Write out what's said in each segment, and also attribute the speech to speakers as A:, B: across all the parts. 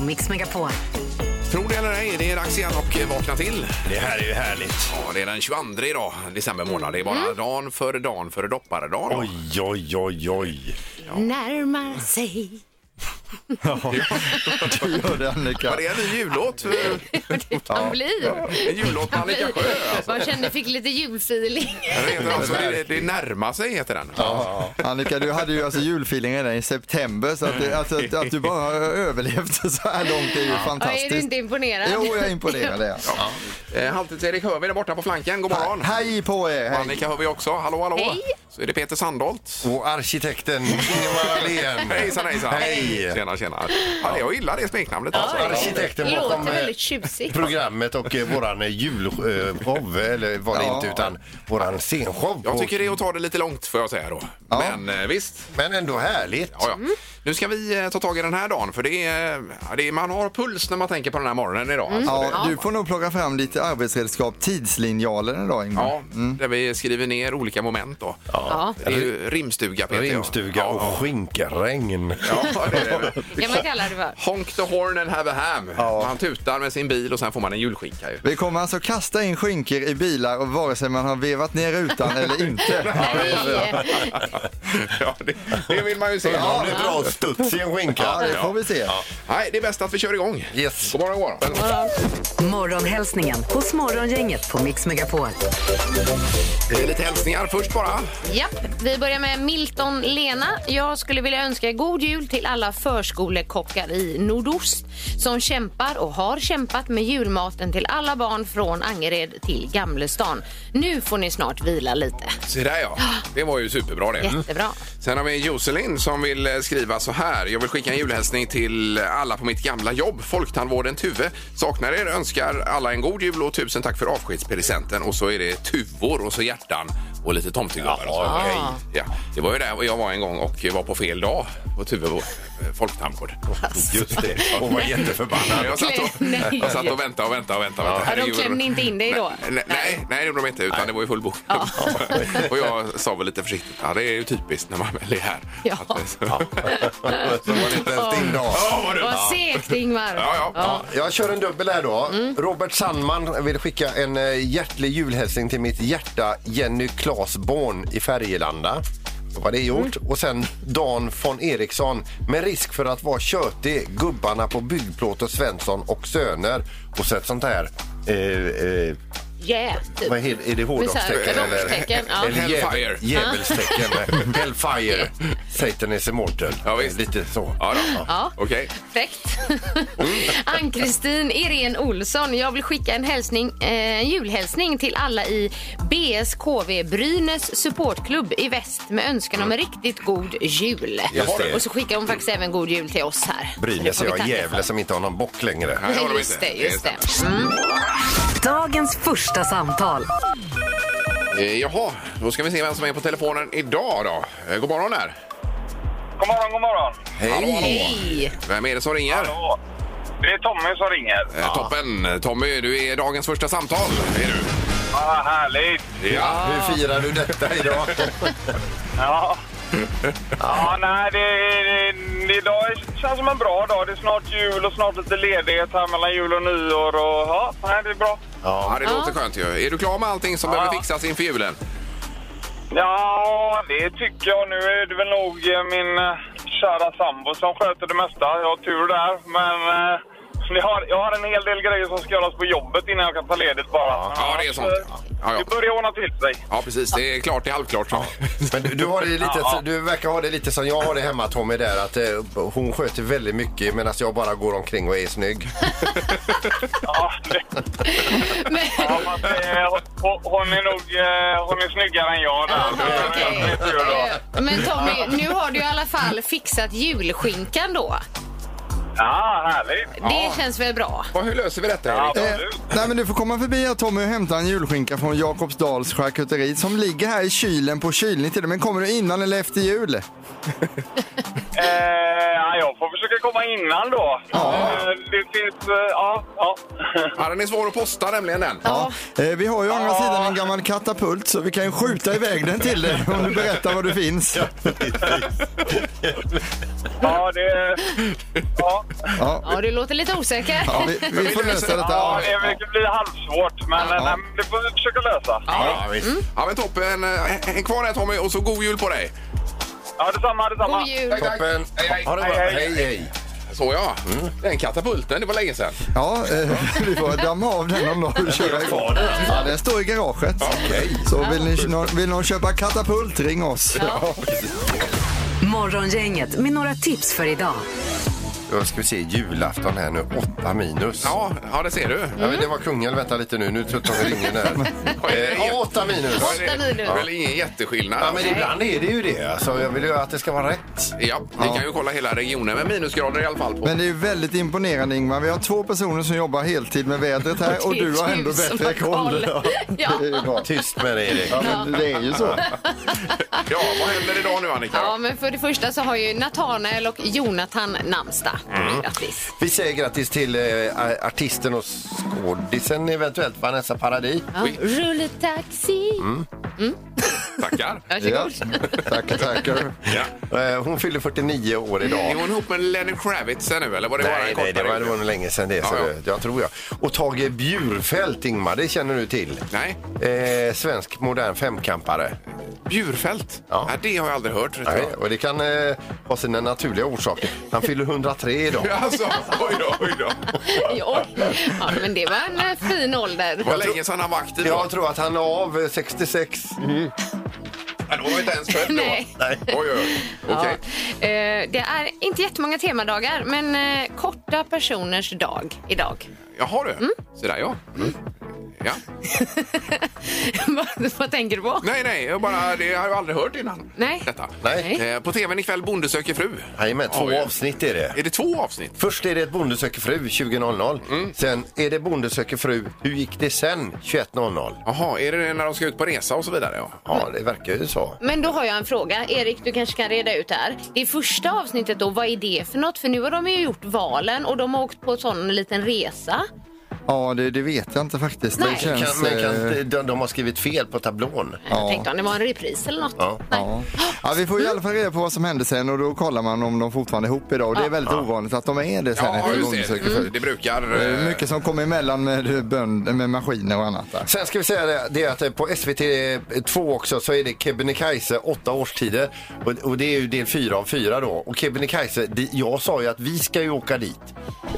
A: Mix Megapol.
B: Tror det eller ej, det är dags igen och eh, vakna till.
C: Det här är ju härligt.
B: Ja, det är den 22 idag, december månad. Det är
D: Mm.
B: bara dagen före dagen före dopparedagen. Oj.
C: Oj, oj, oj, oj.
A: Närmar sig.
E: Du gör det, Annika.
B: Var det en ny jullåt? Eh,
D: Det kan bli.
B: En jullåt med Annika Sjö? Alltså.
D: Jag kände fick lite julfeeling.
B: Den heter alltså, det, det närmar sig, heter den.
E: Ja. Annika, du hade ju alltså julfeeling redan i september, så att, det, alltså, att, att du bara har överlevt så här långt är ju
D: Ja, är du
E: fantastiskt.
D: inte imponerad?
E: Jo, jag är imponerad. Ja.
B: Eh, Halvtids-Erik hör vi där borta på flanken. God morgon!
E: Hej på er! Hej.
B: Annika hör vi också. Hallå, hallå!
D: Hej.
B: Så är det Peter Sandholt.
C: Och arkitekten Ingemar Ahlén.
B: Hejsan, hejsan!
C: Hej.
B: Tjena, tjena! Ja, det- jag gillar det smeknamnet. Alltså.
C: Arkitekten
D: Det
C: bakom
D: låter
C: eh,
D: väldigt tjusigt.
C: programmet och eh, våran eh, julshow, eller var det
E: Ja.
C: inte, utan våran scenshow.
B: Jag
C: på-
B: tycker det är att ta det lite långt, får jag säga då. Men eh, visst.
C: Men ändå härligt.
B: Ja, ja. Nu ska vi eh, ta tag i den här dagen för det är, ja, det är, man har puls när man tänker på den här morgonen idag.
D: Mm.
B: Alltså, det,
E: Ja, du får nog plocka fram lite arbetsredskap, tidslinjalen idag Ingmar.
B: ja,
C: Mm.
B: Där vi skriver ner olika moment då.
D: Ja.
B: Det är ju rimstuga Peter. ja.
C: Rimstuga
B: ja.
C: och skinkaregn.
B: Ja, det är det.
D: Det kan man kalla det för.
B: Honk the horn and have a ham. Man tutar med sin bil och sen får man en julskinka ju.
E: Vi kommer alltså kasta in skinkor i bilar och vare sig man har vevat ner rutan eller inte.
D: Nej,
B: ja, det, det vill man ju se.
C: Ja, det drar studs i en skinka.
E: Ja, det får vi se.
B: Nej, det är bäst att vi kör igång.
C: Yes.
B: God morgon, god morgon.
A: Morgonhälsningen hos Morgongänget på Mix Megapol.
B: Det är lite hälsningar först bara.
D: Japp, vi börjar med Milton Lena. Jag skulle vilja önska god jul till alla förskolekockar i Nordost som kämpar och har kämpat med julmaten till alla barn från Angered till Gamlestan. Nu får ni snart vila lite.
B: Se där ja. Det var ju superbra det.
D: Jättebra.
B: Sen har vi Joselin som vill eh, skriva så här. Jag vill skicka en julhälsning till alla på mitt gamla jobb, Folktandvården Tuve. Saknar er, önskar alla en god jul och tusen tack för avskedspresenten. Och så är det tuvor och så hjärtan och lite tomtegubbar. och så.
D: okej.
B: ja, det var ju där jag var en gång och var på fel dag på Tuve eh, Folktandvård.
C: Just det. Hon var jätteförbannad.
B: Jag satt och,
D: Nej.
B: jag satt och väntade och väntade och väntade.
D: Ja, de
B: Herregud.
D: klämde inte in dig då?
B: Nej, nej, nej, det gjorde de inte, utan det var ju full bok. och jag sa väl lite försiktigt, ja, det är ju typiskt när man väl är här.
D: Ja.
B: Att, eh, ja.
C: Så var det inte ens din dag.
B: vad du...
D: Vad segt, Ingmar.
B: Ja, ja.
C: Ja, jag kör en dubbel här då. Robert Sandman vill skicka en eh, hjärtlig julhälsning till mitt hjärta Jenny Klasborn i Färgelanda. Så var det gjort. Och sen Dan von Eriksson med risk för att vara tjötig, gubbarna på Byggplåt och Svensson och Söner. Och så ett sånt här eh, eh,
D: Yeah, typ.
C: vad är, är det hårdrockstecken?
D: Med så här rockstecken, ja.
C: eller
B: Hellfire.
C: djävul- djävulstecken? Hellfire. Satan is immortal.
B: Ja, visst.
C: Lite så.
B: Ja, då.
D: Ja.
B: Okej.
D: Fräckt. Ann-Kristin Irene Olsson. Jag vill skicka en hälsning, eh, en julhälsning till alla i BSKV Brynäs supportklubb i väst med önskan om en riktigt god jul.
C: Just det.
D: Och så skickar hon faktiskt även god jul till oss här.
C: Brynäs
D: Så
C: är
D: det får vi
C: jag
D: tacka
C: Gävle som inte har någon bock längre.
B: Nej, det har
D: för.
B: de
D: Just
B: inte.
D: det, just
B: Det är
D: det. Mm.
A: Dagens första samtal.
B: Eh, Jaha, då ska vi se vem som är på telefonen idag då. Eh, God morgon där.
F: God morgon, god morgon.
D: Hej!
B: Vem är det som ringer?
F: Hallå. Det är Tommy som ringer.
B: Eh, Toppen! Tommy, du är dagens första samtal. Är du?
F: Ah, härligt.
B: Ja.
C: Hur firar du detta idag?
F: Ja. Ja, nej, det, det, det, idag känns som en bra dag. Det är snart jul och snart lite ledighet här mellan jul och nyår. Och, ja, nej, det är bra.
B: ja, det låter skönt ju. Är du klar med allting som behöver fixas inför julen?
F: Ja, det tycker jag. Nu är det väl nog eh, min eh, kära sambo som sköter det mesta. Jag har tur där, men... eh, Jag har, jag har en hel del grejer som ska göras på jobbet innan jag kan ta ledigt bara.
B: ja, det är sånt, ja. Ja, ja.
F: Det börjar ordna till sig.
B: Ja, precis. Det är klart, det är halvklart. Ja.
C: Men du, du, har det lite, du verkar ha det lite som jag har det hemma Tommy där att eh, hon sköter väldigt mycket medan jag bara går omkring och är snygg.
F: Ja, det,
D: Men,
F: Ja, fast, eh, hon- hon är nog eh, hon är snyggare än jag. Där.
D: Ah, okej.
F: Det är tur då.
D: Eh, Men Tommy, nu har du i alla fall fixat julskinkan då.
F: Ja, härligt.
D: Det känns väl bra?
B: Vad- Hur löser vi detta,
F: Ja,
B: Erik?
E: Eh,
F: absolut.
E: nej men du får komma förbi här Tommy och hämta en julskinka från Jakobsdals charkuteri som ligger här i kylen på kylning till dig. Men kommer du innan eller efter jul?
F: Eh, ja, jag får försöka komma innan då. Eh, Det finns... eh, Ja, ja.
B: Ja, den är svår att posta nämligen den.
E: Ja. Eh, vi har ju å andra sidan en gammal katapult så vi kan ju skjuta iväg den till dig om du berättar var du finns.
F: Ja, det... Ja,
E: Ja,
D: Ja, du låter lite osäker.
E: ja vi, vi får lösa detta.
F: ja
E: Ja.
F: det, det blir halvsvårt, men eh, nej, men det får vi försöka lösa.
B: Ja, visst.
D: Mm.
B: ja, men toppen. Häng kvar där Tommy och så god jul på dig.
F: Ja, detsamma, detsamma.
D: God jul!
C: Toppen.
B: Hej, hej.
C: Ha det bra.
F: Hej,
C: Hej,
F: hej.
C: hej.
B: Så ja, den katapulten, det var länge sedan.
E: Ja, eh, vi får damma av den om någon vill köra igång. Ja, den står i garaget. Så vill, ni, någon- vill någon köpa katapult, ring oss.
A: Morgongänget med några tips för idag.
C: Då ska vi se julafton här nu. 8 minus.
B: Ja, ja det ser du.
C: Ja, men det var kungel. Vänta lite nu. Nu tror jag att de ringer där.
B: Oj, det är
C: Eh, Ja,
B: jätte-
C: åtta minus.
B: Ja, det är-
D: minus.
B: det är väl ingen jätteskillnad.
C: Ja, men ibland är det ju det. Alltså, jag vill ju att det ska vara rätt.
B: Ja, vi kan ju kolla hela regionen med minusgrader i alla fall. På.
E: Men det är ju väldigt imponerande Ingmar. Vi har två personer som jobbar heltid med vädret här och du har ändå bättre koll.
D: Ja.
E: Det är ju bra.
C: Tyst med dig, Erik.
E: Ja, men det är ju så.
B: Ja, vad händer idag nu Annika?
D: ja, men för det första så har ju Natanael och Jonathan namnsdag.
E: Mm.
D: Grattis!
C: Vi säger grattis till eh, artisten och skådisen, eventuellt Vanessa Paradis. Mm.
D: Ja. Rulletaxi!
E: Mm.
B: Tackar.
D: Varsågod.
E: Tackar, tackar.
B: Ja.
C: Eh, Hon fyller 49 år
B: Är
C: idag.
B: hon ihop med Lenny Kravitz nu eller var det bara en
C: Nej,
B: kort
C: nej, det var,
B: period?
C: det var nog länge sedan det, så
B: Ja, ja.
C: det- jag tror jag. Och Tage Bjurfeldt, Ingmar, det känner du till.
B: Nej,
C: Eh, svensk modern femkampare.
B: Bjurfält?
C: Ja.
B: Ja. det har jag aldrig hört. tror jag.
C: Nej, och det kan eh, ha sina naturliga orsaker. Han fyller 103 idag.
B: Alltså, oj då, oj då.
D: Ja, ja, men det var en eh, fin ålder.
B: Det var länge sedan han var aktiv.
C: Jag tror att han är av eh, Mm. 66.
B: Ja, då var vi inte ens född då.
D: Nej.
B: Oj, oj, oj. Okej.
D: Ja. Eh, Det är inte jättemånga temadagar, men eh, korta personers dag idag.
B: Jaha du. Så där ja. Mm. ja.
D: Vad- Vad tänker du på?
B: Nej, nej, jag bara, det har jag aldrig hört innan.
D: Nej.
B: Detta.
C: Nej.
B: Eh, på tvn ikväll, Bonde söker fru.
C: Jajamän, två
B: Oj.
C: avsnitt är det.
B: Är det två avsnitt? Mm.
C: Först är det ett Bonde söker fru 20.00. Sen är det Bonde söker fru Hur gick det sen 21.00.
B: Jaha, är det när de ska ut på resa och så vidare? Ja.
C: Ja, det verkar ju så.
D: Men då har jag en fråga. Erik, du kanske kan reda ut det här. Det första avsnittet då, vad är det för något? För nu har de ju gjort valen och de har åkt på en sån liten resa.
E: Ja, det, det vet jag inte faktiskt.
D: Nej.
E: Det
C: Kan,
E: känns...
C: men
E: eh,
C: kan, inte- de, de har skrivit fel på tablån.
D: Jag tänkte om det var en repris eller något.
C: Ja.
D: Nej.
E: Ja. ja, vi får i alla fall reda på vad som hände sen och då kollar man om de fortfarande är ihop idag. Och det är väldigt ovanligt att de är det sen
B: Ja,
E: efter
B: just det.
E: undersökning.
B: Mm. Det brukar...
E: Det är
B: eh,
E: mycket som kommer emellan med, bönd, med maskiner och annat. Där.
C: Sen ska vi säga det, det är att eh, på SVT 2 också så är det Kebnekaise, åtta årstider. Och, och det är ju del fyra av fyra då. Och Kebnekaise, det- jag sa ju att vi ska ju åka dit.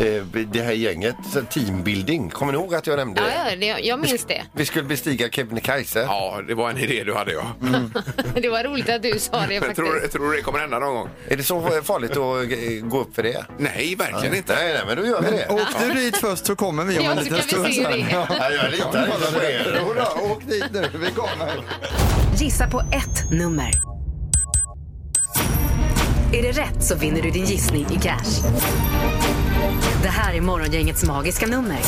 C: Eh, det här gänget, så teambuilding. Kommer ni ihåg att jag nämnde
D: Ja,
C: det?
D: ja, det, jag minns det.
C: Vi skulle bestiga Kebnekaise. Mm.
B: Ja, det var en idé du hade, ja.
D: Mm. Det var roligt att du sa det
B: Men tror,
D: faktiskt.
B: tror du det kommer hända någon gång?
C: Är det så farligt att eh, gå upp för det?
B: Nej, verkligen inte.
C: Nej, nej, men då gör vi det.
E: Åk du dit först så kommer vi om
D: Ja,
E: en
D: så
E: liten
D: kan vi
E: stund
D: se hur det
E: sen.
D: är.
E: Ja.
C: Nej, jag litar inte på er.
E: Jodå, åk dit nu. Vi kommer.
A: Gissa på ett nummer. Är det rätt så vinner du din gissning i cash. Det här är Morgongängets magiska nummer.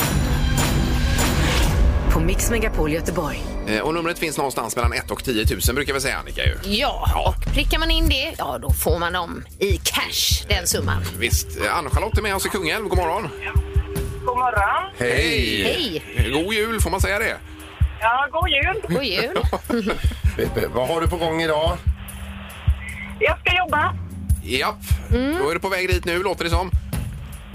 A: På Mix Megapol Göteborg.
B: Eh, Och numret finns någonstans mellan 1 och 10 000 brukar vi säga, Annika. Ju.
D: Ja, och prickar man in det, ja då får man dem i cash, den summan.
B: Visst. Eh, Ann-Charlotte är med oss i Kungälv. God morgon!
G: God morgon.
B: Hej!
D: Hej.
B: God jul, får man säga det?
G: Ja, god jul.
D: God jul.
C: Vad har du på gång idag?
G: Jag ska jobba.
B: Japp. Då är du på väg dit nu, låter det som.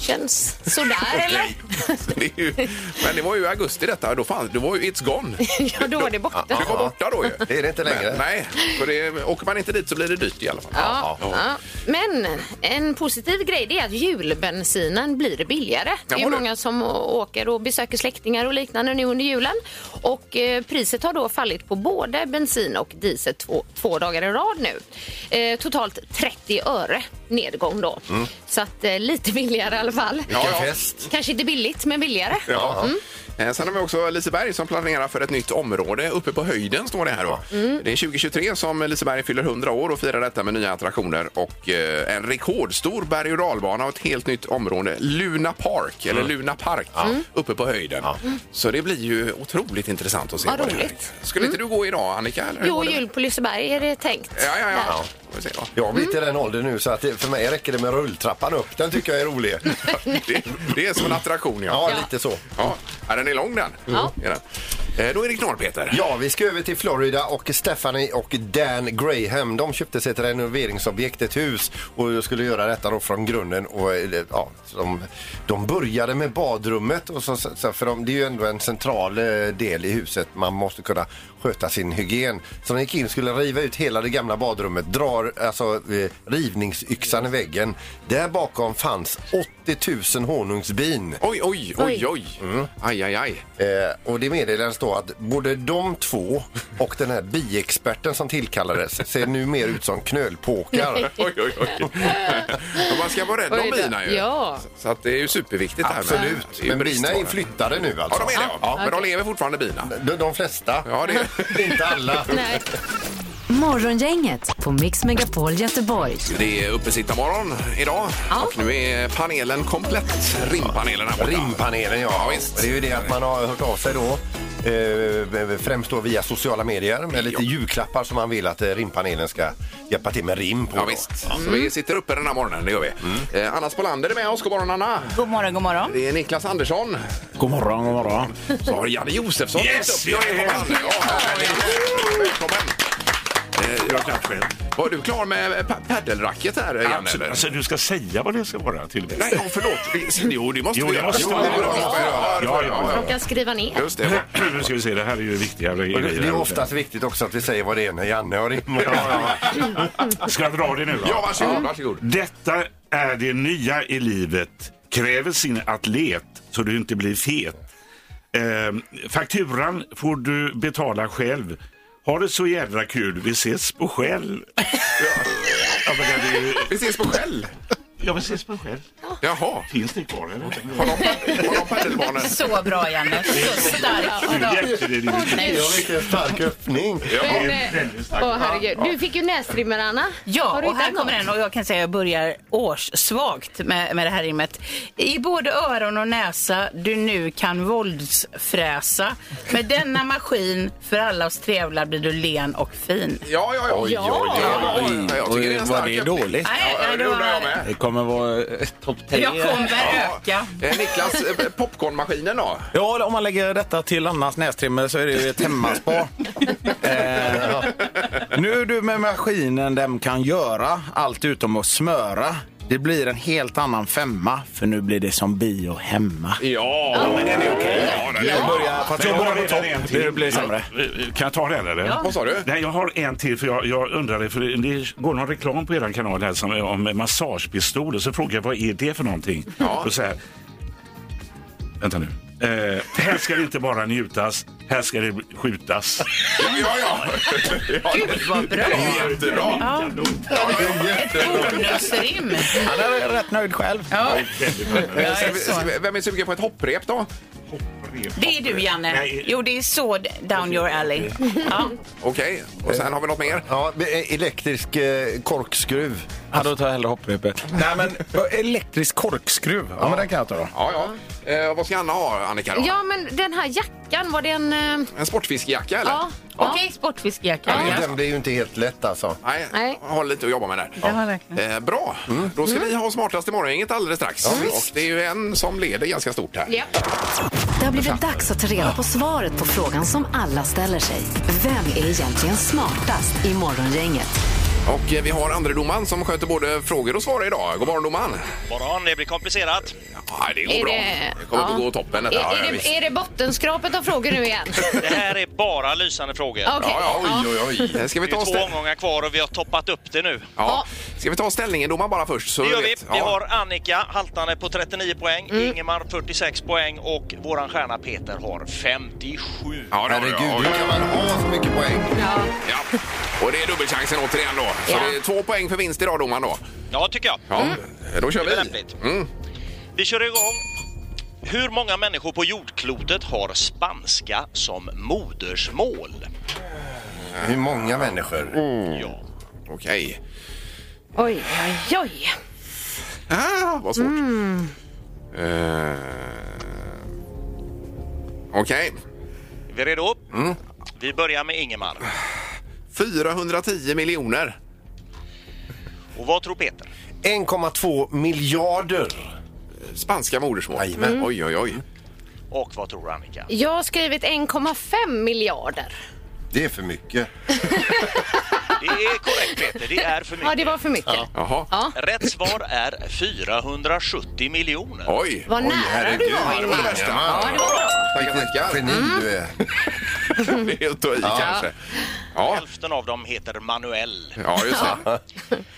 D: Känns sådär eller?
B: Det är ju, men det var ju i augusti detta. Då, fanns, då var ju it's gone.
D: Ja, då var det borta.
B: Det var borta då ju.
C: Det är det inte längre.
B: Men, nej, för det, åker man inte dit så blir det dyrt i alla fall.
D: Ja, ja. Men en positiv grej det är att julbensinen blir billigare. Det är ju
B: Jaha, du.
D: många som åker och besöker släktingar och liknande nu under julen. Och eh, priset har då fallit på både bensin och diesel två, två dagar i rad nu. Eh, totalt 30 öre nedgång då.
B: Mm.
D: Så att eh, lite billigare i alla fall.
C: Vilken
B: Ja, ja.
C: fest.
D: Kanske inte billigt, men billigare. Mm.
B: Ja. Eh, Sen har vi också Liseberg som planerar för ett nytt område uppe på höjden står det här då.
D: Mm.
C: Mm.
B: Det är 2023 som Liseberg fyller 100 år och firar detta med nya attraktioner och eh, en rekordstor berg och dalbana och ett helt nytt område, Luna Park, eller Luna Park, Mm. uppe på höjden. Så det blir ju otroligt intressant att se
D: Vad
B: vad det här
D: roligt.
B: är. Skulle inte du gå idag Annika? Eller?
D: Jo,
B: Var det-
D: jul på Liseberg är det tänkt.
B: Ja, ja, ja.
D: Där.
B: ja. Får vi se då.
C: Jag har blivit i den åldern nu så att det, för mig räcker det med rulltrappan upp. Den tycker jag är rolig.
B: Det, det är som en attraktion
C: Ja, lite så.
B: Ja, ja, den är lång den.
D: Ja.
B: Är den. Eh, Då är det knorr, Peter.
C: Ja, vi ska över till Florida och Stephanie och Dan Graham. De köpte sig ett renoveringsobjekt, ett hus och skulle göra detta då från grunden. Och, eh, ja, de, de började med badrummet, och så, så, för de, det är ju ändå en central eh, del i huset. Man måste kunna sköta sin hygien. Så de gick in och skulle riva ut hela det gamla badrummet, drar alltså eh, rivningsyxan i väggen. Där bakom fanns 80 000 honungsbin.
B: Oj, oj, oj, oj. Mm. Aj, aj, aj.
C: Eh, och det meddelades då att både de två och den här biexperten som tillkallades ser nu mer ut som knölpåkar.
B: Oj, oj, oj. Men man ska vara rädd om
D: Oj då.
B: bina ju.
D: Ja.
B: Så att det är ju superviktigt. Här med, det är ju
C: Men bina är
B: bristvara.
C: flyttade nu
B: Ja,
C: alltså.
B: de är det. Ja. Men de lever fortfarande bina.
C: De, de flesta.
B: Ja, det
C: Inte alla.
D: Nej.
A: Morgongänget på Mix Megapol Göteborg.
B: Det är uppesittarmorgon idag och nu är panelen komplett. Rimpanelen här borta.
C: Rimpanelen, ja.
B: Ja, visst.
C: Och Det är ju det att man har hört av sig då. Eh, främst då via sociala medier med lite
B: Ja.
C: julklappar som man vill att eh, rimpanelen ska hjälpa till med rim på. Mm.
B: Ja,
C: då.
B: visst. Så vi sitter uppe den här morgonen, det gör vi. Eh, Anna Spolander är med oss. God morgon, Anna.
H: God morgon, god morgon.
B: Det är Niklas Andersson.
I: God morgon, god morgon.
B: Så har Janne Josefsson
I: Yes,
B: dykt upp.
I: jag är
B: Ja,
I: här.
B: Välkommen. Välkommen. Eh, Var du klar med pa- padelracket här, Janne?
I: Absolut.
B: eller?
I: Alltså, du ska säga vad det ska vara till och med.
B: Nej, ja, förlåt. Jo, det måste
I: Jo,
B: vi
I: det
B: göra.
I: måste vi
B: Jo, det
I: göra.
B: måste vi göra.
I: Ja, ja,
D: Jag kan skriva ner.
B: Just det.
I: Nu ska vi se, det här är ju viktiga
C: Och Det,
I: grejer.
C: det är oftast viktigt också att vi säger vad det är när Janne har rimmat.
I: Ja, ja. Ska jag dra det nu? va?
B: Ja, varsågod. varsågod.
I: Detta är det nya i livet. Kräver sin atlet så du inte blir fet. Eh, fakturan får du betala själv. Ha det så jävla kul. Vi ses på Shell. Ja, men det är ju-
B: Vi ses på Shell.
I: Jag vill ses på själv.
B: Jaha.
I: Finns det kvar eller?
B: Har de, pad- har de padelbanor?
H: Så bra, Janne. Så
I: Du
H: starkt.
I: hjälpte det.
H: Nej.
C: Ja, vilken stark öppning.
I: Det
B: Ja.
I: är väldigt starkt.
D: Åh herregud. Du fick ju näsrimmer Anna. Har
H: Ja,
D: du
H: och här
D: hittat
H: kommer
D: något?
H: den och jag kan säga att jag börjar årssvagt med, med det här rimmet. I både öron och näsa du nu kan våldsfräsa. Med denna maskin för alla oss trevlar blir du len och fin.
B: Ja, ja, ja.
H: oj, oj.
B: Ja, Jag tycker det är en stark
J: Var det
B: öppning.
J: dåligt?
H: Nej,
B: Ja,
H: nej,
B: det
H: det
B: undrar
H: var...
B: jag med.
J: Det kommer vara eh, topp tre.
H: Jag kommer öka.
B: Eh, Niklas, eh, popcornmaskinen då?
J: Ja, om man lägger detta till Annas nästrimmer så är det ju ett hemmaspa. eh, nu du med maskinen dem kan göra allt utom att smöra. Det blir en helt annan femma, för nu blir det som bio hemma.
B: Ja, men den är okej. Ja, den är-
J: Jag börjar, fast jag börjar på topp. Det blir sämre.
I: Kan jag ta den eller?
B: Vad sa du?
I: Nej, jag har en till för jag, jag undrade, för det- det går någon reklam på er kanal här som, om massagepistoler, så frågar jag vad är det för någonting?
B: Ja.
I: Och så här, vänta nu. Eh, här ska det inte bara njutas, här ska det skjutas.
B: Ja, ja. ja. Gud, vad bra. Jättebra. Ja, det är jättebra.
H: Bonusrim.
J: Han är rätt nöjd själv.
H: Ja,
B: Eh,
H: jag
B: ska
H: är
B: vi-
H: så.
B: ska vi- Vem är sugen på ett hopprep då?
H: Det är du, Janne.
I: Nej.
H: Jo, det är så down your alley. Ja.
B: Okej, och sen har vi något mer?
C: Ja, men, eh, elektrisk eh, korkskruv.
J: Ja, då tar jag hellre hopprepet. Nej, men eh, elektrisk korkskruv. Ja, men den kan jag ta då.
B: Ja, ja. Eh, vad ska Anna ha, Annika? Då?
D: Ja, men den här jackan, var det en... eh,
B: En sportfiskejacka, eller?
D: Ja, okej.
H: Sportfiskejacka.
B: Ja.
C: Den blir ju inte helt lätt alltså.
B: Nej,
D: Nej.
B: har lite att jobba med där.
H: Det Mm. har jag verkligen.
B: Eh, bra,
C: Mm.
B: då ska vi ha smartaste morgongänget alldeles strax. och det är ju en som leder ganska stort här.
D: Ja.
A: Det har blivit dags att ta reda på svaret på frågan som alla ställer sig. Vem är egentligen smartast i morgongänget?
B: Och eh, vi har andre domaren som sköter både frågor och svar idag. God morgon domaren!
K: Morgon, det blir komplicerat.
B: Ja, det går
D: Är
B: bra.
D: det-
B: Det kommer att
D: ja.
B: gå toppen detta.
D: Är,
B: Ja, ja,
D: är,
B: visst.
D: det, är det bottenskrapet av frågor nu igen?
K: Det här är bara lysande frågor.
D: Okej.
B: Ja, ja, oj, oj, oj. Eh, Ska vi
K: Det
B: ta
K: är
B: oss
K: två omgångar kvar och vi har toppat upp det nu.
B: Ja. Ska vi ta ställningen domaren bara först? Så
K: Det gör vi.
B: vet.
K: Vi
B: Ja.
K: har Annika haltande på 39 poäng, Ingemar 46 poäng och våran stjärna Peter har 57.
B: Ja, det har vi.
C: Herregud,
B: Ja,
C: hur kan man ha så mycket poäng?
B: ja. Och det är dubbelchansen återigen då. Så
D: Ja.
B: det är två poäng för vinst idag domaren då.
K: Ja, tycker jag.
B: Ja, då kör
K: Det är väl
B: vi.
K: lämpligt.
B: Mm.
K: Vi kör igång. Hur många människor på jordklotet har spanska som modersmål?
C: Hur många människor?
I: Mm.
K: Ja.
B: Okej.
D: Oj, oj, oj.
B: Ah, vad svårt. Eh, Okej. Mm.
K: Är vi redo? Vi börjar med Ingemar.
B: 410 miljoner.
K: Och vad tror Peter?
C: 1,2 miljarder.
B: Spanska modersmål. Oj, oj, oj.
K: Och vad tror Annika?
D: Jag har skrivit 1,5 miljarder.
C: Det är för mycket.
K: Det är korrekt Peter, det är för mycket.
D: Ja, det var för mycket.
B: Jaha.
D: Ja.
K: Rätt svar är 470 miljoner.
B: Oj.
D: Vad nära du
B: Ja,
D: var,
B: det var det
D: Ingemar.
B: värsta.
D: Ja, det var bra.
B: Tackar, tackar.
C: Geni du är.
B: Det är att ta i kanske. Ja,
K: Hälften av dem heter Manuel.
B: ja just det.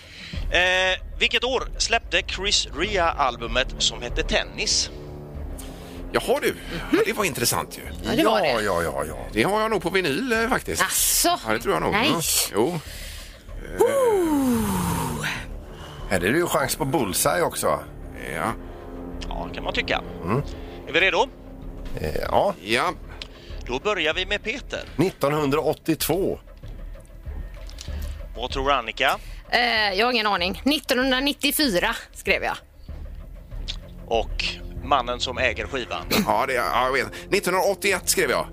K: Eh, vilket år släppte Chris Ria albumet som hette Tennis?
B: Jaha du, ja, det var intressant ju.
C: Ja, ja, ja, ja,
B: Det har jag nog på vinyl eh, faktiskt.
D: Asså?
B: Ja, det tror jag nog.
D: Nej.
B: Mm. Jo.
C: Här är det ju chans på bullseye också. Mm.
B: Ja.
K: Ja, kan man tycka. Är vi redo?
C: Eh, Ja,
B: ja.
K: Då börjar vi med Peter.
C: 1982.
K: Vad tror Annika?
D: Eh, jag har ingen aning. 1994 skrev jag.
K: Och mannen som äger skivan?
B: Ja, det, ja, jag vet. 1981 skrev jag.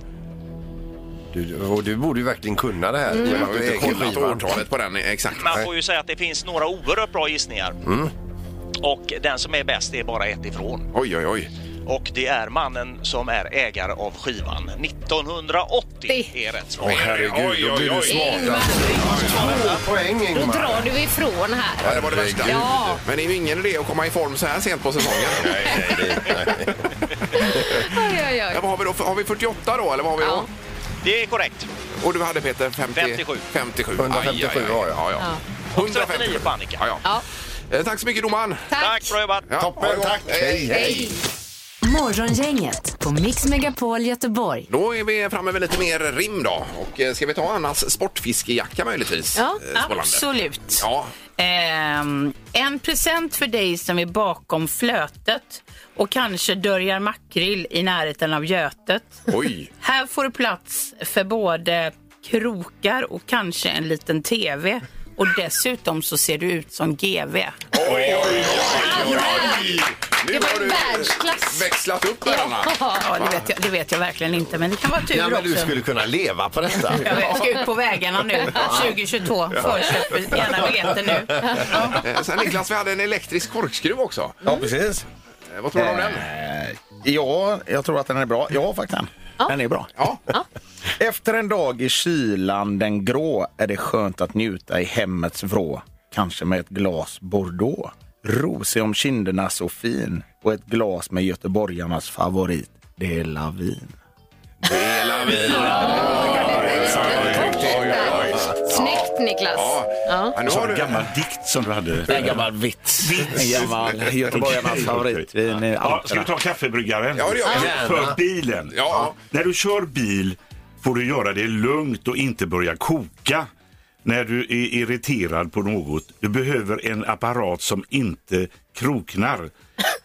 C: Du, och du borde ju verkligen kunna det här.
H: Mm.
B: Jag
C: Men
B: har
C: att
B: ju
C: du
B: inte
C: äger
B: kollat
C: skivan.
B: årtalet på den exakt.
K: Man får ju säga att det finns några oerhört bra gissningar.
C: Mm.
K: Och den som är bäst är bara ett ifrån.
B: Oj, oj, oj.
K: Och det är mannen som är ägare av skivan. 1980 är rätt svar.
C: Åh herregud, då blir du smart. Två poäng
D: Då
C: Ingmar.
D: drar du ifrån här.
B: Ja, det var det värsta.
C: Herregud.
D: Ja.
B: Men det är ju ingen idé att komma i form så här sent på säsongen.
D: Oj, oj,
B: Ja,
D: oj.
B: vad har vi då? Har vi 48 då, eller vad har vi då?
D: Ja.
K: Det är korrekt.
B: Och du hade Peter 50...
K: 57.
B: 57.
C: 157
B: Aj, aj, aj.
C: har jag.
B: Ja, ja.
K: 39 på Annika.
B: Ja, ja.
D: Ja.
B: Eh, Tack så mycket domaren.
D: Tack.
K: Tack, bra jobbat!
B: Ja, ha det
C: Toppen,
B: gott.
C: tack. Hej, hej.
A: Morgongänget på Mix Megapol Göteborg.
B: Då är vi framme med lite mer rim då. Och eh, ska vi ta Annas sportfiskejacka möjligtvis?
D: Ja,
B: eh, Smålander?
H: Absolut.
B: Ja.
H: Ehm, en present för dig som är bakom flötet och kanske dörjar makrill i närheten av götet.
B: Oj!
H: Här får du plats för både krokar och kanske en liten TV. Och dessutom så ser du ut som GV.
B: Oj, oj, oj,
D: oj.
B: Nu har du
D: världsklass.
B: växlat upp här, Anna.
H: Ja, det vet, jag, det vet jag verkligen inte, men det kan vara tur
C: Nej, men
H: också.
C: du skulle kunna leva på detta.
H: Jag vet, ska ut på vägarna nu, 2022. Förköp gärna biljetter nu.
B: Eh, Sen Niklas, vi hade en elektrisk korkskruv också.
J: Ja, precis.
B: Eh, Vad tror du om den?
J: Eh, Ja, jag tror att den är bra. Jag har faktiskt den. Den är bra.
B: Ja.
J: Efter en dag i kylan den grå är det skönt att njuta i hemmets vrå. Kanske med ett glas bordeaux. Rosig om kinderna så fin och ett glas med göteborgarnas favorit. Det är lavin.
D: Snyggt Niklas.
B: Ja, nu
I: Så
B: har
I: en
B: du...
I: gammal dikt som du hade.
J: En gammal vits. En gammal göteborgarnas
I: Okej,
J: favorit. Vi är nu
I: Ja, ska vi ta kaffebryggaren?
B: Ja, det gör vi.
I: För- För bilen.
B: Ja.
I: När du kör bil får du göra det lugnt och inte börja koka när du är irriterad på något. Du behöver en apparat som inte kroknar.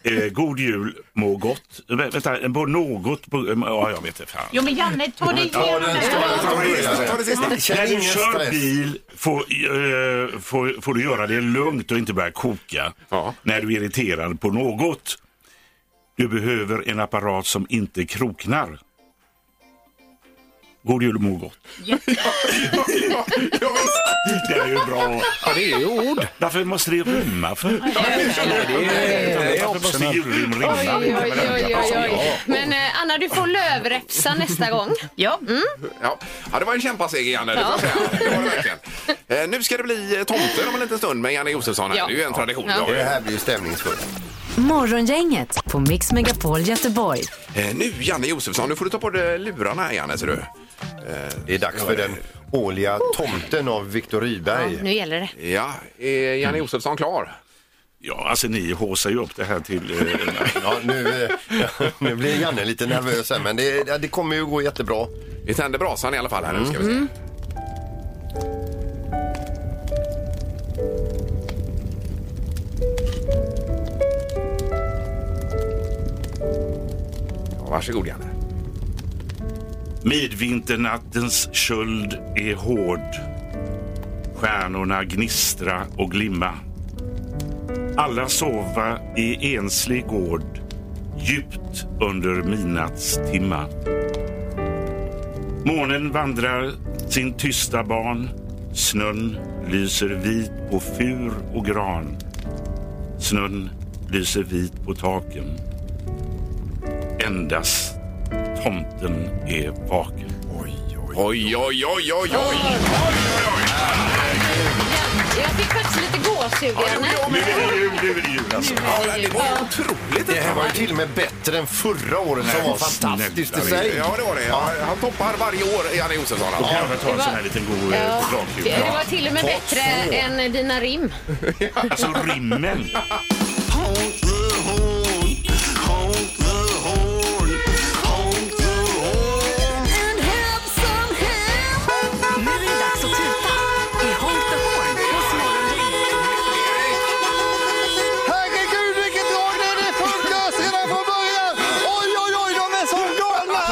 I: Eh, god jul, må gott. Vä vänta, på något... På, eh, ja, jag vet inte. Fan.
H: Jo, men Janne, ta dig igenom det
B: Ta det sista, ta det sista.
I: När
C: Känn
I: du
C: ingen
I: kör
C: stress.
I: bil får, eh, får, får du göra det lugnt och inte börja koka
B: Ja.
I: när du är irriterad på något. Du behöver en apparat som inte kroknar. God jul och må gott.
B: Ja, visst.
I: Det är ju bra.
J: Ja, det är ju ord.
I: Varför måste det rymma för? Varför måste julrim
D: Oj,
I: rymma?
D: oj, oj, oj, oj. Men eh, Anna, du får lövrepsa nästa gång.
H: Ja,
B: Mm. Ja. ja, det var en kämpaseger, Janne. Det får jag säga. Det var det verkligen. Eh, nu ska det bli eh, tomten om en liten stund med Janne Josefsson. Här.
D: Ja.
B: Det är ju en tradition. vi
D: Ja.
B: har.
C: Det här blir ju stämningsfullt.
A: Morgongänget på Mix Megapol Göteborg.
B: Eh, nu, Janne Josefsson, nu får du ta på dig lurarna, här, Janne. Ser du. Eh, Oh.
C: Det är dags för den årliga tomten av Viktor Rydberg.
D: Nu gäller det.
B: Ja, är Janne Josefsson klar?
I: Mm. Ja, alltså ni håsar ju upp det här till... Eh,
C: Ja, nu, eh, nu blir Janne lite nervös här, men det, ja, det kommer ju gå jättebra.
B: Vi tänder brasan i alla fall. här nu ska vi se. Ja, varsågod, Janne.
I: Midvinternattens köld är hård. Stjärnorna gnistra och glimma. Alla sova i enslig gård djupt under midnattstimma. Månen vandrar sin tysta ban. Snön lyser vit på fur och gran. Snön lyser vit på taken. Endast tomten är vaken.
B: Oj, oj, oj, oj, oj!
D: Jag fick faktiskt lite gåshud Janne.
I: Nu är det jul, nu är det jul alltså.
B: Ja, det var ju otroligt.
C: Det här var ju till och med bättre än förra året som var fantastiskt i sig.
B: Ja, det var det. Ja, Han toppar varje år, Janne Josefsson.
I: Då
B: Alltså.
I: kan jag väl ta en sån här liten god eh,
D: Ja,
I: chokladkula.
D: det var till och med bättre än dina rim.
I: Alltså rimmen.
A: Nu är det dags att tuta i Honk the Horn hos Morgongänget.
E: Herregud vilket drag det är! Det är fullt ös redan från början! Oj, oj, oj, de är som galna!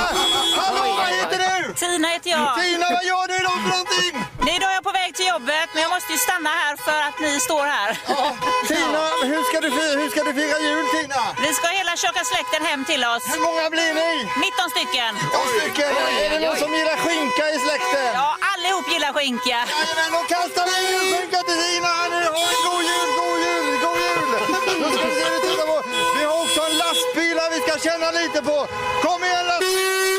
E: Hallå, vad heter du?
L: Tina heter jag.
E: Tina, vad gör du idag för någonting?
L: Det är då jag är på väg till jobbet, men jag måste ju stanna här för att ni står här.
E: Ja, Tina, hur ska, du fira, hur ska du fira jul, Tina?
L: Vi ska hela tjocka släkten hem till oss.
E: Hur många blir ni?
L: 19 stycken.
E: Och stycken, är det någon som gillar skinka i släkten?
L: Ja, allihop gillar skinka.
E: Jajamän, då kastar vi en julskinka till Tina här nu. Ha en god jul, god jul, god jul! Då ska vi se hur vi tittar på. Vi har också en lastbil här vi ska känna lite på. Kom igen lastbil!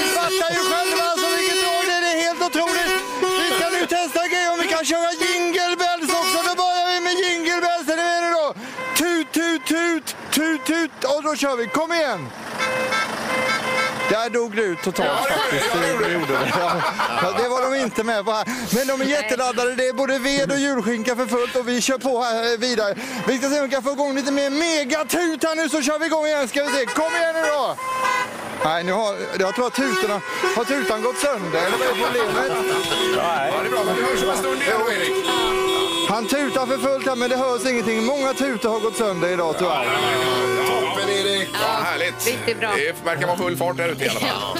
E: Ni fattar ju själva alltså vilket drag det är. Det är helt otroligt. Vi ska nu testa grejer om vi kan köra jingle bells också. Då börjar vi med jingle bells. Är ni med nu då? Tut, tut, tut, tut, tut. Och då kör vi. Kom igen! Där dog du totalt faktiskt. Det gjorde det. Ja. Ja, det var de inte med på här. Men de är jätteladdade. Det är både ved och julskinka för fullt och vi kör på här eh, vidare. Vi ska se om vi kan få igång lite mer megatut här nu så kör vi igång igen ska vi se. Kom igen nu då! Nej, nu har, jag tror att tutorna, har tutan gått sönder eller vad är problemet?
B: bra, men vi hörs om en stund igen då, Erik.
E: Han tutar för fullt här men det hörs ingenting. Många tutor har gått sönder idag tyvärr.
B: Toppen, Erik! Ja, härligt.
A: riktigt bra.
B: Det verkar vara full fart där ute i alla fall.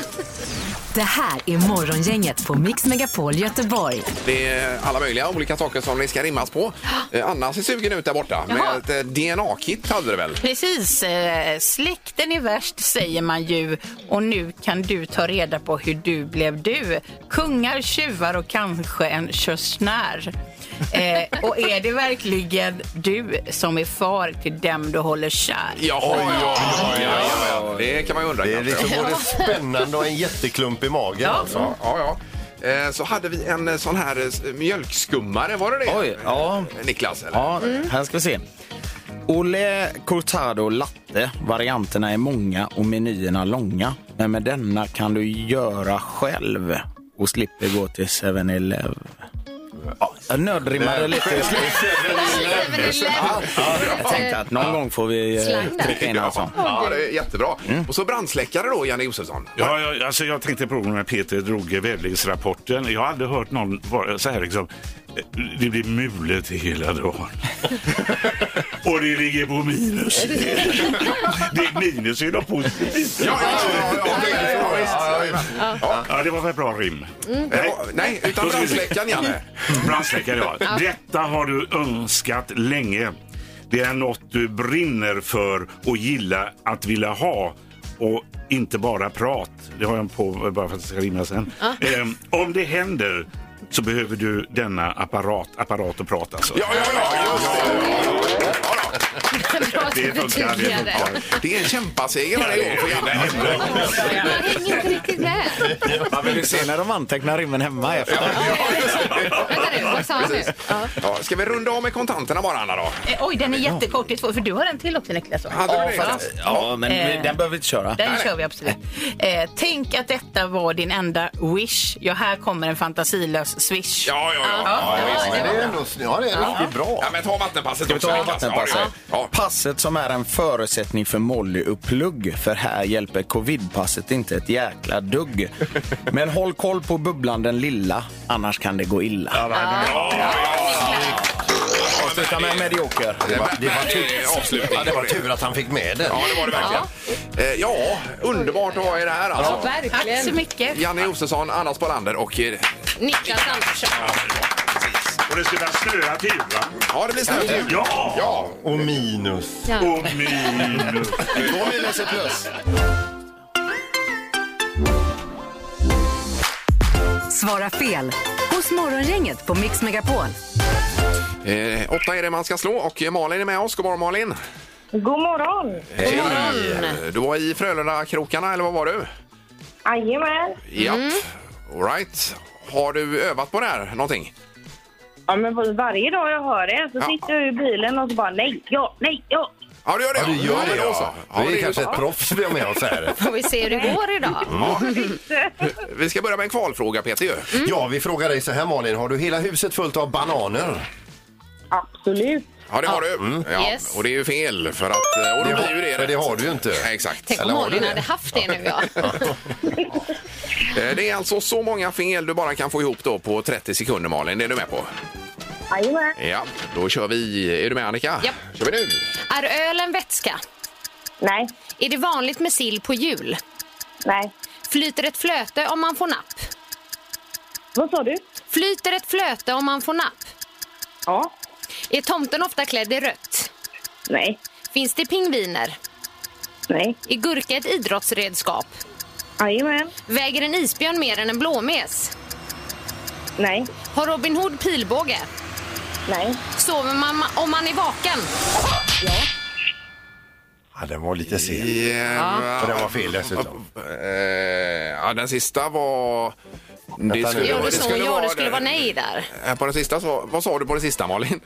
A: Det här är Morgongänget på Mix Megapol Göteborg.
B: Det är alla möjliga olika saker som det ska rimmas på. Eh, Anna ser sugen ut där borta
H: Jaha.
B: med ett eh, DNA-kit hade det väl?
H: Precis. eh, Släkten är värst, säger man ju. Och nu kan du ta reda på hur du blev du. Kungar, tjuvar och kanske en körsnär. Eh, och är det verkligen du som är far till dem du håller kär?
B: Ja, ja, ja, Det kan man ju undra.
C: Det är
B: kanske.
C: liksom både spännande och en jätteklump i magen.
B: Ja.
C: Alltså.
B: Ja, ja. Eh, Så hade vi en eh, sån här eh, mjölkskummare, var det det? Eh,
J: Oj, ja.
B: Niklas, eller?
J: Ja, här ska vi se. Ole Cortado Latte. Varianterna är många och menyerna långa. Men med denna kan du göra själv och slipper gå till 7-Eleven. Ja, jag nödrimmade lite. Jag tänkte att någon gång får vi
B: Slang
J: eh,
B: där.
J: trycka in en sån.
B: Ja, det är jättebra.
J: Mm.
B: Och så brandsläckare då, Janne Josefsson.
I: Ja, jag, alltså jag tänkte på när Peter drog väderleksrapporten. Jag har aldrig hört någon vara så här liksom. eh, Det blir mulet hela dagen. Och det ligger på minus. Det är minus är något positivt. Ja, ja, det var väl bra rim.
B: Mm. Det var- nej, utan
I: Då ska vi se.
B: brandsläckaren, Janne.
I: Brandsläckare, ja. Detta har du önskat länge. Det är något du brinner för och gillar att vilja ha och inte bara prat. Det har jag en på bara för att det ska rimma sen. Ehm, om det händer så behöver du denna apparat, apparat och prat alltså.
B: Ja, ja, ja, just det.
I: Bra att du Det funkar, det förtydligade. funkar.
B: Det är en kämpaseger varje gång för Janne.
D: Jag hänger inte riktigt med.
J: Man vill ju se när de antecknar rimmen hemma efter.
D: Vänta nu, vad sa han nu?
B: Precis. Ja, ska vi runda av med kontanterna bara, Anna? Då?
H: Eh, Oj, den är jättekort. Det är två, för du har en till också, Niklas. va?
B: Hade du det?
H: fast-
J: Ja, men vi-
H: Eh,
J: den behöver vi inte köra.
H: Den kör vi absolut. Eh, tänk att detta var din enda wish. Ja, här kommer en fantasilös swish.
B: Ja, ja, ja.
H: Ja,
B: ja, visst.
C: Men det är ändå ja, det är riktigt bra.
B: Ja, men ta vattenpasset
J: Ska vi
B: också,
J: ta
B: Niklas.
J: vattenpasset?
B: Ja, ja.
J: Passet som är en förutsättning för Molly-upplugg. För här hjälper covidpasset inte ett jäkla dugg. Men håll koll på bubblan den lilla, annars kan det gå illa. Avsluta med medioker.
B: Det var,
C: det var tur.
B: avslutning.
C: Ja, det var tur att han fick med den.
B: Ja, det var det verkligen. Eh, Ja, underbart att ha er här
D: Ja,
B: alltså.
D: verkligen. Tack så mycket.
B: Janne Josefsson, Anna Spolander och... eh,
D: Niklas Andersson.
I: Och det ska börja snöa till va?
B: Ja, det blir snabbt jul.
I: Ja!
B: Ja,
C: Och minus.
D: Ja.
I: Och minus.
C: Två minus är plus.
A: Svara fel hos Morgongänget på Mix Megapol.
B: Eh, åtta är det man ska slå och eh, Malin är med oss. God morgon Malin!
G: God morgon!
B: Hej! Eh, Du var i Frölunda-krokarna eller vad var du?
G: Jajamän!
B: Japp. All right. Har du övat på det här någonting?
G: Ja, men var- varje dag jag hör det så sitter jag i bilen och så bara nej, ja, nej, ja.
B: Ja, du gör det!
C: Ja, du gör det
B: men då så.
C: ja.
B: Ja,
C: Vi
B: det
C: är kanske ett proffs vi har med oss här.
D: Får vi se hur det går idag.
B: Ja. Vi ska börja med en kvalfråga Peter ju.
C: Mm. Ja, vi frågar dig så här Malin, har du hela huset fullt av bananer?
G: Absolut.
B: Ja, det har du. Ja.
D: Yes.
B: Och det är ju fel för att... eh, Och då blir ju det
C: Men
B: rätt.
C: Mm. det har du ju inte.
B: Nej, Exakt.
D: Tänk om
C: Eller har du
D: Malin
C: det?
D: hade haft det nu, ja.
B: Eh, Det är alltså så många fel du bara kan få ihop då på 30 sekunder Malin. Det är du med på?
G: Jajamän.
B: Ja, då kör vi. Är du med Annika?
D: Japp.
B: kör vi nu.
D: Är öl en vätska?
G: Nej,
D: Är det vanligt med sill på jul?
G: nej.
D: Flyter ett flöte om man får napp?
G: Vad sa du?
D: Flyter ett flöte om man får napp?
G: Ja.
D: Är tomten ofta klädd i rött?
G: Nej,
D: Finns det pingviner?
G: nej.
D: Är gurka ett idrottsredskap?
G: Jajamän.
D: Väger en isbjörn mer än en blåmes?
G: Nej,
D: Har Robin Hood pilbåge?
G: nej.
D: Sover man ma- om man är vaken?
C: Ja, den var lite sen.
B: Ja.
C: För den var fel dessutom.
B: Eh, Ja, den sista var... Det
C: nu.
D: Gör du så?
B: skulle
D: Ja, det skulle
B: det-
D: vara nej där.
B: Eh, På den sista, så, vad sa du på den sista Malin?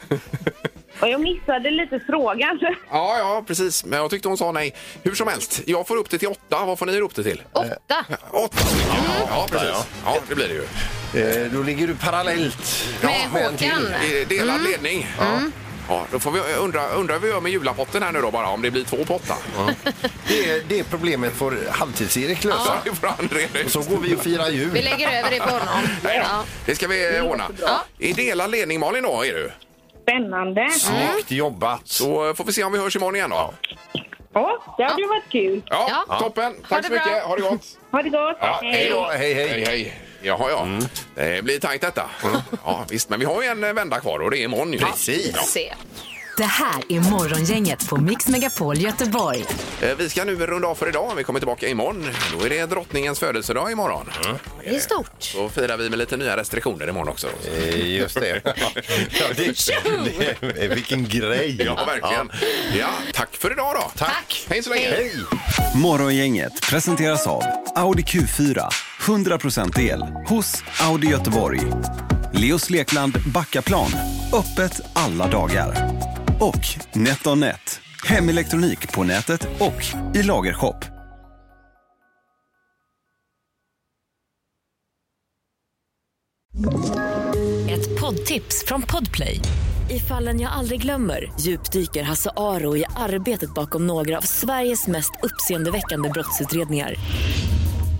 G: Och jag missade lite frågan.
B: ja, ja, precis. Men jag tyckte hon sa nej. Hur som helst, jag får upp det till åtta. Vad får ni upp det till? Eh,
D: Åtta.
B: Åtta stycken. Ja, precis. Ja, det blir det ju.
C: Eh, då ligger du parallellt.
D: Med
C: en till.
D: Mm. Håkan.
B: I Delad ledning. Ja, då får vi undra, undra hur vi gör med julapotten här nu då bara, om det blir två pottar.
C: Det, det problemet får halvtids-Erik lösa.
B: Ja, det får han reda ut.
C: Och så går vi och firar jul.
D: Vi lägger över det på honom.
B: Nej,
D: Ja.
B: ja. Det ska vi ordna.
D: Ja.
B: I delad ledning Malin då är du.
G: Spännande.
B: Snyggt jobbat. Så eh, får vi se om vi hörs imorgon igen då.
G: Ja, det hade ju varit kul.
B: Ja, toppen. Tack så mycket. Ha det gott.
G: Ha det gott.
B: Ja, hej då. Hej, hej. hej, hej. Jaha, ja.
C: Mm.
B: Det blir tajt detta. Ja, visst. Men vi har ju en eh, vända kvar och det är imorgon ju. Precis.
D: Se.
A: Det här är Morgongänget på Mix Megapol Göteborg.
B: Eh, Vi ska nu runda av för idag. Vi kommer tillbaka imorgon. Då är det drottningens födelsedag imorgon.
C: Mm.
D: Det är stort.
B: Så firar vi med lite nya restriktioner imorgon också. då.
C: Eh, Just det. Ja, det, det vilken grej.
B: Ja, verkligen. Ja, tack för idag då. Tack. Hej så länge. Hej.
M: Morgongänget presenteras av Audi Q4. 100% el hos Audi Göteborg. Leos Lekland Backaplan. Öppet alla dagar. Och NetOnNet. Hemelektronik på nätet och i lagershop.
N: Ett poddtips från Podplay. I fallen jag aldrig glömmer djupdyker Hasse Aro i arbetet bakom några av Sveriges mest uppseendeväckande brottsutredningar.